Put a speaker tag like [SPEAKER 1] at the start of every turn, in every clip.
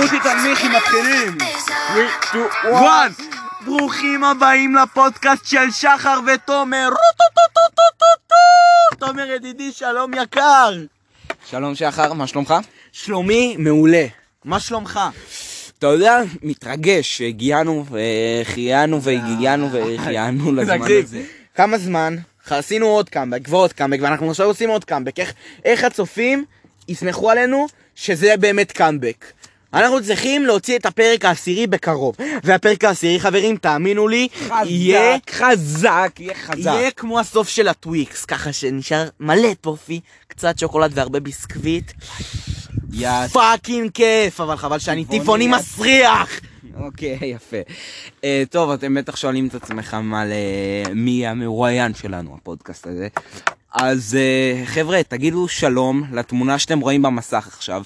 [SPEAKER 1] מיקי תנמיכי, מתחילים!
[SPEAKER 2] 3, 2, 1
[SPEAKER 1] וואן! ברוכים הבאים לפודקאסט של שחר ותומר! רוטוטוטוטוטוטו! תומר ידידי, שלום יקר!
[SPEAKER 2] שלום שחר, מה שלומך?
[SPEAKER 1] שלומי מעולה. מה שלומך?
[SPEAKER 2] אתה יודע, מתרגש, שהגיענו והחיינו והגיענו והחיינו לזמן
[SPEAKER 1] תקשיב,
[SPEAKER 2] הזה.
[SPEAKER 1] כמה זמן? עשינו עוד קאמבק ועוד קאמבק, ואנחנו עכשיו עושים עוד קאמבק. איך- איך הצופים יסמכו עלינו שזה באמת קאמבק? אנחנו צריכים להוציא את הפרק העשירי בקרוב. והפרק העשירי, חברים, תאמינו לי, יהיה
[SPEAKER 2] חזק, חזק, יהיה
[SPEAKER 1] יהיה
[SPEAKER 2] חזק.
[SPEAKER 1] כמו הסוף של הטוויקס, ככה שנשאר מלא טופי, קצת שוקולד והרבה ביסקוויט.
[SPEAKER 2] יא...
[SPEAKER 1] פאקינג כיף, אבל חבל שאני
[SPEAKER 2] טבעוני
[SPEAKER 1] טבעוני
[SPEAKER 2] יד.
[SPEAKER 1] מסריח!
[SPEAKER 2] אוקיי, יפה. אה, טוב, אתם בטח שואלים את עצמכם על אה, מי המרואיין שלנו, הפודקאסט הזה. אז אה, חבר'ה, תגידו שלום לתמונה שאתם רואים במסך עכשיו.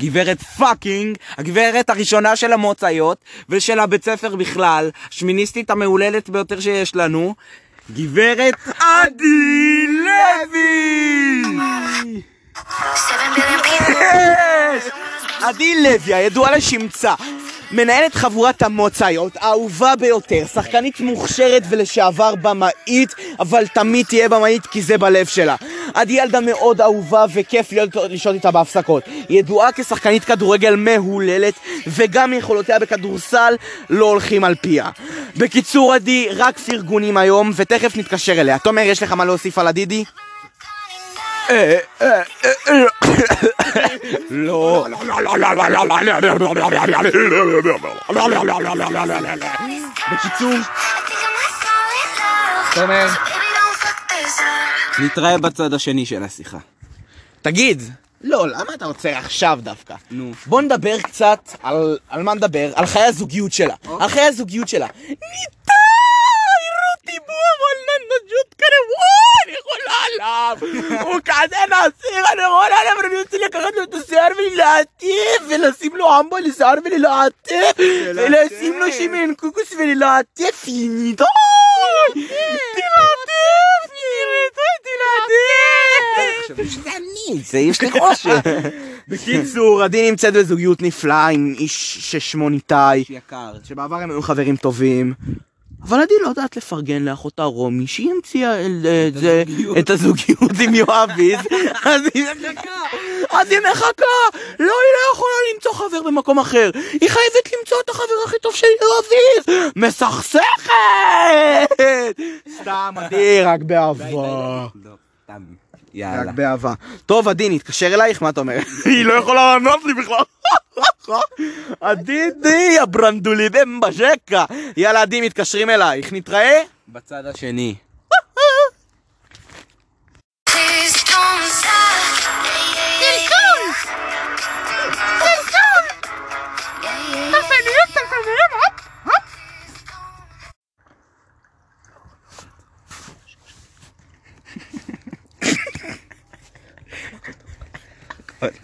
[SPEAKER 2] גברת פאקינג, הגברת הראשונה של המוצאיות ושל הבית ספר בכלל, השמיניסטית המהוללת ביותר שיש לנו, גברת עדי לוי!
[SPEAKER 1] עדי לוי, הידועה לשמצה, מנהלת חבורת המוצאיות, האהובה ביותר, שחקנית מוכשרת ולשעבר במאית, אבל תמיד תהיה במאית כי זה בלב שלה. עדי ילדה מאוד אהובה וכיף להיות- לשהות איתה בהפסקות. היא ידועה כשחקנית כדורגל מהוללת, וגם יכולותיה בכדורסל לא הולכים על פיה. בקיצור עדי, רק פרגונים היום, ותכף נתקשר אליה. תומר, יש לך מה להוסיף על עדידי?
[SPEAKER 2] לא,
[SPEAKER 1] בקיצור,
[SPEAKER 2] תומר, נתראה בצד השני של השיחה.
[SPEAKER 1] תגיד. לא, למה אתה עוצר עכשיו דווקא?
[SPEAKER 2] נו.
[SPEAKER 1] בוא נדבר קצת על, על מה נדבר? על חיי הזוגיות שלה. על חיי הזוגיות שלה. ניתאי, רותי בום, אולנן נג'ות קרבון, אני חולה עליו. הוא כזה נסיך, אני חולה עליו, אני רוצה לקחת לו את השיער וללהטיף, ולשים לו אמבו לשיער וללהטיף, ולשים לו שמן קוקוס וללהטיף, ניתאי. תלהטיף, ניתאי, תלהטיף.
[SPEAKER 2] זה אני, זה יש לי חושר.
[SPEAKER 1] בקיצור, עדי נמצאת בזוגיות נפלאה עם איש ששמו ניתאי,
[SPEAKER 2] יקר.
[SPEAKER 1] שבעבר הם היו חברים טובים. אבל עדי לא יודעת לפרגן לאחותה רומי, שהיא המציאה אל- את זה-
[SPEAKER 2] הזוגיות.
[SPEAKER 1] את הזוגיות עם יואביז, אז היא מחכה, אז היא מחכה, לא, היא לא יכולה למצוא חבר במקום אחר, היא חייבת למצוא את החבר הכי טוב של יואביז, מסכסכת! סתם, עדי, רק באהבה. רק
[SPEAKER 2] לא, יאללה.
[SPEAKER 1] באהבה. טוב, עדי, נתקשר אלייך? מה אתה אומר? היא לא יכולה לענות לי בכלל. עדי, די, הברנדולידם בז'קה. יאללה, עדי, מתקשרים אלייך. נתראה?
[SPEAKER 2] בצד
[SPEAKER 1] כן,
[SPEAKER 2] השני.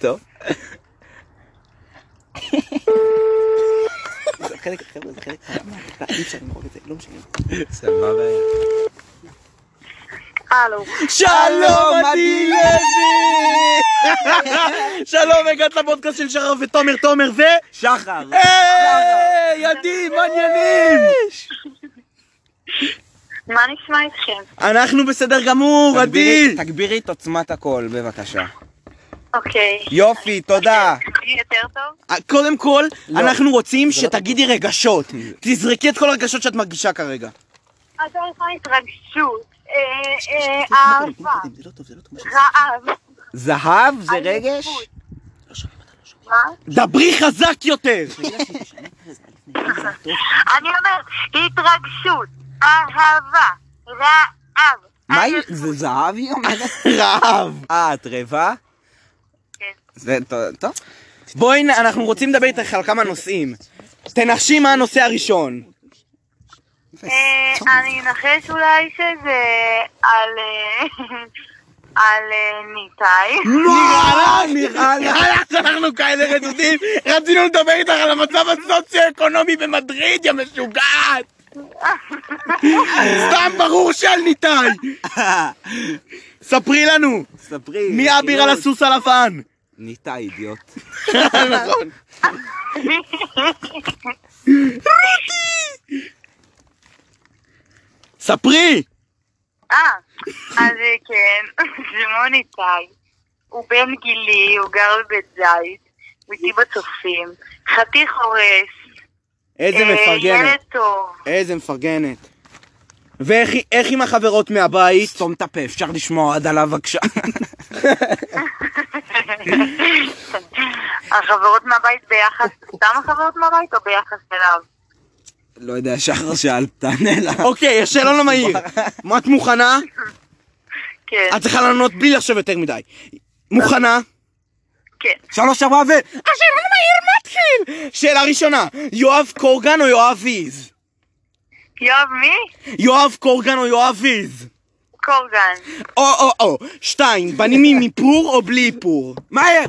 [SPEAKER 2] טוב.
[SPEAKER 1] לא
[SPEAKER 2] סבבה.
[SPEAKER 3] הלו,
[SPEAKER 1] שלום, עדי לוי! שלום, הגעת לפודקאסט של שחר ותומר, תומר ו...
[SPEAKER 2] שחר.
[SPEAKER 1] היי, עדי, מה העניינים?
[SPEAKER 3] מה נשמע איתכם?
[SPEAKER 1] אנחנו בסדר גמור, עדי!
[SPEAKER 2] תגבירי- תגבירי את עוצמת הקול, בבקשה.
[SPEAKER 3] אוקיי.
[SPEAKER 2] יופי, תודה.
[SPEAKER 3] יותר טוב?
[SPEAKER 1] אה, קודם כל,
[SPEAKER 2] לא.
[SPEAKER 1] אנחנו רוצים שתגידי רגשות. תזרקי את כל הרגשות שאת מרגישה כרגע.
[SPEAKER 3] הדבר ראשון התרגשות, אה, אה, אהבה,
[SPEAKER 1] לא
[SPEAKER 3] רעב,
[SPEAKER 2] זהב זה רגש?
[SPEAKER 3] עייפות. מה?
[SPEAKER 1] דברי חזק יותר!
[SPEAKER 3] אני אומרת, התרגשות, אהבה, רעב,
[SPEAKER 1] אה,
[SPEAKER 2] מה היא?
[SPEAKER 3] עייפות.
[SPEAKER 2] זה זהב היא אומרת?
[SPEAKER 1] רעב!
[SPEAKER 2] אה, את רעבה?
[SPEAKER 3] כן.
[SPEAKER 2] זה טוב, טוב.
[SPEAKER 1] בואי, נ- אנחנו רוצים לדבר איתך על כמה נושאים. תנחשי מה הנושא הראשון.
[SPEAKER 3] אה, אני אנחש אולי שזה על... אה, על אה, ניתאי.
[SPEAKER 2] Mm.
[SPEAKER 1] נראה לך, נראה לך שאנחנו כאלה רדודים, רצינו לדבר איתך על המצב הסוציו-אקונומי במדריד, יא משוגעת! סתם ברור של ניתאי! ספרי לנו,
[SPEAKER 2] ספרי.
[SPEAKER 1] מי האביר על הסוס הלבן?
[SPEAKER 2] ניטה אידיוט.
[SPEAKER 1] נכון. ספרי!
[SPEAKER 3] אה, אז אה, כן, שמעון איתי. הוא בן גילי, הוא גר בבית זית, הוא איתי בצופים. חתיך הורס.
[SPEAKER 1] איזה
[SPEAKER 3] אה,
[SPEAKER 1] מפרגנת.
[SPEAKER 3] ילד טוב.
[SPEAKER 1] איזה מפרגנת. ואיך היא- איך עם החברות מהבית?
[SPEAKER 2] סתום את הפה, אפשר לשמוע עד עליו בבקשה.
[SPEAKER 3] החברות מהבית ביחס, סתם החברות מהבית או ביחס אליו?
[SPEAKER 2] לא יודע, שחר שאל, תענה לה.
[SPEAKER 1] אוקיי, השאלון המהיר. מה את מוכנה?
[SPEAKER 3] כן,
[SPEAKER 1] את צריכה לענות בלי לחשוב יותר מדי. מוכנה?
[SPEAKER 3] כן.
[SPEAKER 2] שלוש, ארבע ו...
[SPEAKER 1] השאלון המהיר מתחיל! שאלה ראשונה, יואב קורגן או יואב איז?
[SPEAKER 3] יואב מי?
[SPEAKER 1] יואב קורגן או יואב איז?
[SPEAKER 3] קורגן.
[SPEAKER 1] או או או, שתיים, בנים עם איפור או בלי איפור?
[SPEAKER 2] מהר!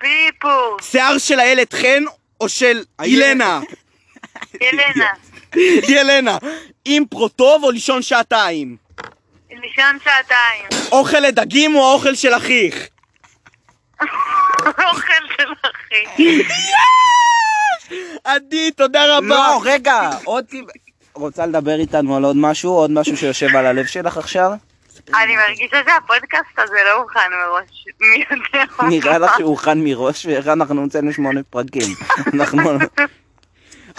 [SPEAKER 3] בלי איפור.
[SPEAKER 1] שיער של איילת חן או של
[SPEAKER 2] איילת.
[SPEAKER 1] ילנה?
[SPEAKER 3] ילנה.
[SPEAKER 1] ילנה. אימפרו טוב או לישון שעתיים?
[SPEAKER 3] לישון שעתיים.
[SPEAKER 1] אוכל לדגים או אוכל של אחיך?
[SPEAKER 3] אוכל של אחי.
[SPEAKER 1] עדי, תודה רבה.
[SPEAKER 2] לא, רגע, עוד... טיפ- רוצה לדבר איתנו על עוד משהו? עוד משהו שיושב על הלב שלך עכשיו?
[SPEAKER 3] אני מרגישה שהפודקאסט הזה לא הוכן מראש. מי יודע מה.
[SPEAKER 2] נראה לך שהוא הוכן מראש, ואנחנו הוצאנו שמונה פרקים. אנחנו...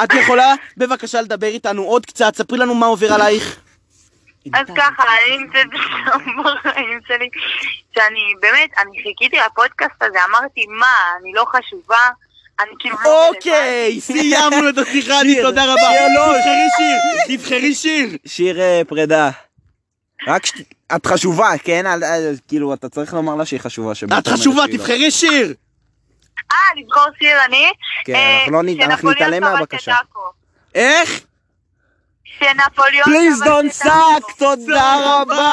[SPEAKER 1] את יכולה בבקשה לדבר איתנו עוד קצת, ספרי לנו מה עובר עלייך.
[SPEAKER 3] אז ככה, אני נמצאת שם בחיים שלי, שאני באמת, אני חיכיתי לפודקאסט הזה, אמרתי, מה, אני לא חשובה? אני כאילו... לא רלוונטית."
[SPEAKER 1] אוקיי, סיימנו את השיחה, עדי,
[SPEAKER 2] שיר,
[SPEAKER 1] תודה רבה.
[SPEAKER 2] שלוש.
[SPEAKER 1] תבחרי שיר, תבחרי שיר.
[SPEAKER 2] שיר אה, פרידה. רק ש... את חשובה, כן? אל- אל- כאילו, אתה צריך לומר לה שהיא חשובה. שבאת
[SPEAKER 1] את
[SPEAKER 2] אומרת
[SPEAKER 1] חשובה,
[SPEAKER 2] שהיא לא.
[SPEAKER 1] תבחרי שיר.
[SPEAKER 3] אה, לבחור שיר אני?
[SPEAKER 2] כן,
[SPEAKER 3] אה,
[SPEAKER 2] אנחנו לא נ-
[SPEAKER 3] שנפוליאון
[SPEAKER 2] אנחנו נתעלם
[SPEAKER 3] כבש את
[SPEAKER 2] מהבקשה.
[SPEAKER 3] עכו.
[SPEAKER 1] איך?
[SPEAKER 3] שנפוליאון...
[SPEAKER 2] Please
[SPEAKER 3] כבש
[SPEAKER 2] don't
[SPEAKER 3] את עכו.
[SPEAKER 2] suck, תודה רבה.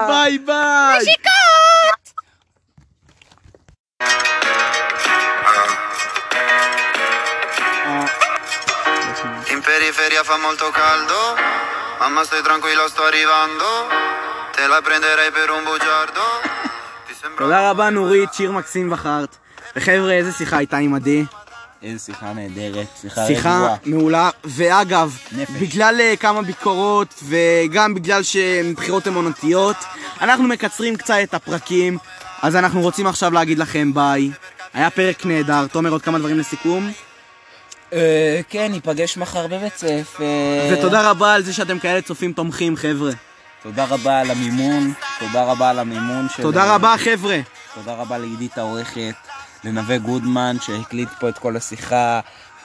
[SPEAKER 1] עדי, ביי ביי.
[SPEAKER 4] In periferia fa molto caldo, mamma stai tranquilla sto arrivando, te la prenderei per un bugiardo. Ti sembra
[SPEAKER 1] תודה רבה נורית, שיר מקסים בחרת. וחבר'ה, איזה שיחה הייתה עם עדי?
[SPEAKER 2] איזה שיחה נהדרת, שיחה
[SPEAKER 1] שיחה
[SPEAKER 2] רגועה.
[SPEAKER 1] מעולה, ואגב,
[SPEAKER 2] נפש.
[SPEAKER 1] בגלל אה, כמה ביקורות וגם בגלל שבחירות הן עונתיות, אנחנו מקצרים קצת את הפרקים, אז אנחנו רוצים עכשיו להגיד לכם ביי. היה פרק נהדר, תומר עוד כמה דברים לסיכום,
[SPEAKER 2] אה, כן, ניפגש מחר בבית ספר.
[SPEAKER 1] ותודה רבה על זה שאתם כאלה צופים תומכים חבר'ה.
[SPEAKER 2] תודה רבה על המימון, תודה רבה על המימון של...
[SPEAKER 1] תודה רבה חבר'ה.
[SPEAKER 2] תודה רבה לעידית העורכת, לנווה גודמן שהקליט פה את כל השיחה.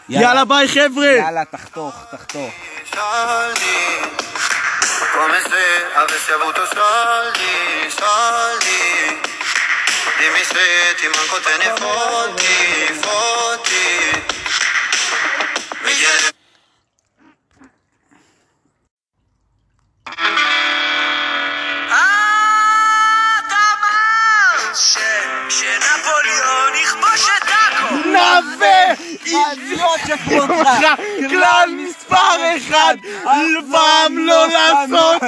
[SPEAKER 1] יאללה ביי חבר'ה!
[SPEAKER 2] יאללה, תחתוך, תחתוך.
[SPEAKER 4] soldi, come se avessi avuto soldi, soldi. Dimmi se ti manco te ne fotti, fotti. Mi chiede
[SPEAKER 1] נווה!
[SPEAKER 2] אידיוט שפוטה!
[SPEAKER 1] כלל מספר אחד, פעם לא לעשות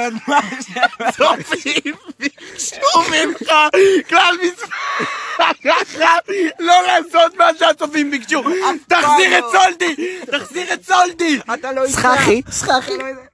[SPEAKER 1] צופים ביקשו ממך כלל מספר לא לעשות מה שהצופים
[SPEAKER 2] לא.
[SPEAKER 1] ביקשו תחזיר את סולדי! תחזיר את סולדי!
[SPEAKER 2] אתה לא
[SPEAKER 1] סככי.
[SPEAKER 2] סככי.